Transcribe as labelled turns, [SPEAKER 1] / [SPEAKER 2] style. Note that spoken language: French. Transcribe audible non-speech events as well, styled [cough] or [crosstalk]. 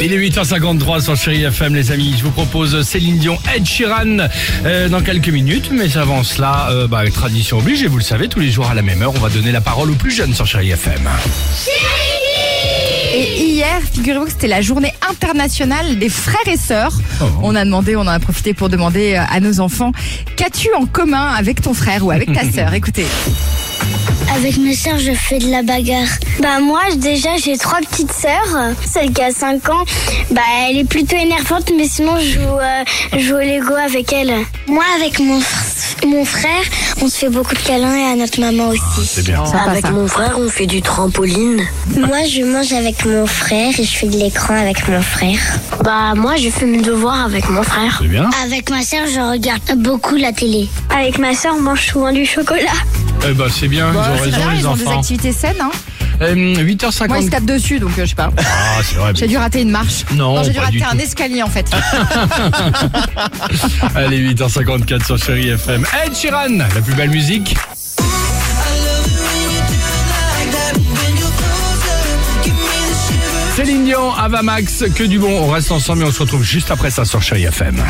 [SPEAKER 1] Il est 8h53 sur Chéri FM, les amis. Je vous propose Céline Dion, Ed Sheeran euh, dans quelques minutes. Mais avant cela, euh, bah, tradition oblige, et vous le savez, tous les jours à la même heure, on va donner la parole aux plus jeunes sur Chéri FM.
[SPEAKER 2] Et hier, figurez-vous que c'était la journée internationale des frères et sœurs.
[SPEAKER 1] Oh.
[SPEAKER 2] On a demandé, on en a profité pour demander euh, à nos enfants, qu'as-tu en commun avec ton frère ou
[SPEAKER 1] [laughs]
[SPEAKER 2] avec ta sœur Écoutez.
[SPEAKER 3] Avec mes sœurs, je fais de la bagarre. Bah moi, déjà, j'ai trois petites sœurs. Celle qui a 5 ans, bah elle est plutôt énervante, mais sinon, je joue, euh, je joue au Lego avec elle. Moi, avec mon, fr- mon frère, on se fait beaucoup de câlins et à notre maman aussi.
[SPEAKER 1] Ah, C'est bien.
[SPEAKER 2] Sympa,
[SPEAKER 4] Avec
[SPEAKER 2] ça.
[SPEAKER 4] mon frère, on fait du trampoline.
[SPEAKER 3] Moi, je mange avec mon frère et je fais de l'écran avec mon frère.
[SPEAKER 4] Bah, moi, je fais mes devoirs avec mon frère.
[SPEAKER 1] C'est bien.
[SPEAKER 3] Avec ma sœur, je regarde beaucoup la télé.
[SPEAKER 4] Avec ma soeur, on mange souvent du chocolat.
[SPEAKER 1] Eh ben, c'est bien, ils
[SPEAKER 2] Bon,
[SPEAKER 1] ont
[SPEAKER 2] Bah, c'est
[SPEAKER 1] raison,
[SPEAKER 2] bien,
[SPEAKER 1] les
[SPEAKER 2] ils ont des
[SPEAKER 1] enfants.
[SPEAKER 2] activités saines. Hein.
[SPEAKER 1] Euh,
[SPEAKER 2] Moi, ils se
[SPEAKER 1] 8h50.
[SPEAKER 2] tapent dessus, donc euh, je sais pas.
[SPEAKER 1] Ah, c'est vrai.
[SPEAKER 2] J'ai dû rater une marche.
[SPEAKER 1] Non,
[SPEAKER 2] j'ai dû
[SPEAKER 1] pas
[SPEAKER 2] rater
[SPEAKER 1] du
[SPEAKER 2] un
[SPEAKER 1] tout.
[SPEAKER 2] escalier en fait.
[SPEAKER 1] Allez, 8h54 sur Chéri FM. Ed Sheeran, la plus belle musique. Céline Dion, Ava Max, que du bon. On reste ensemble et on se retrouve juste après ça sur Chéri FM.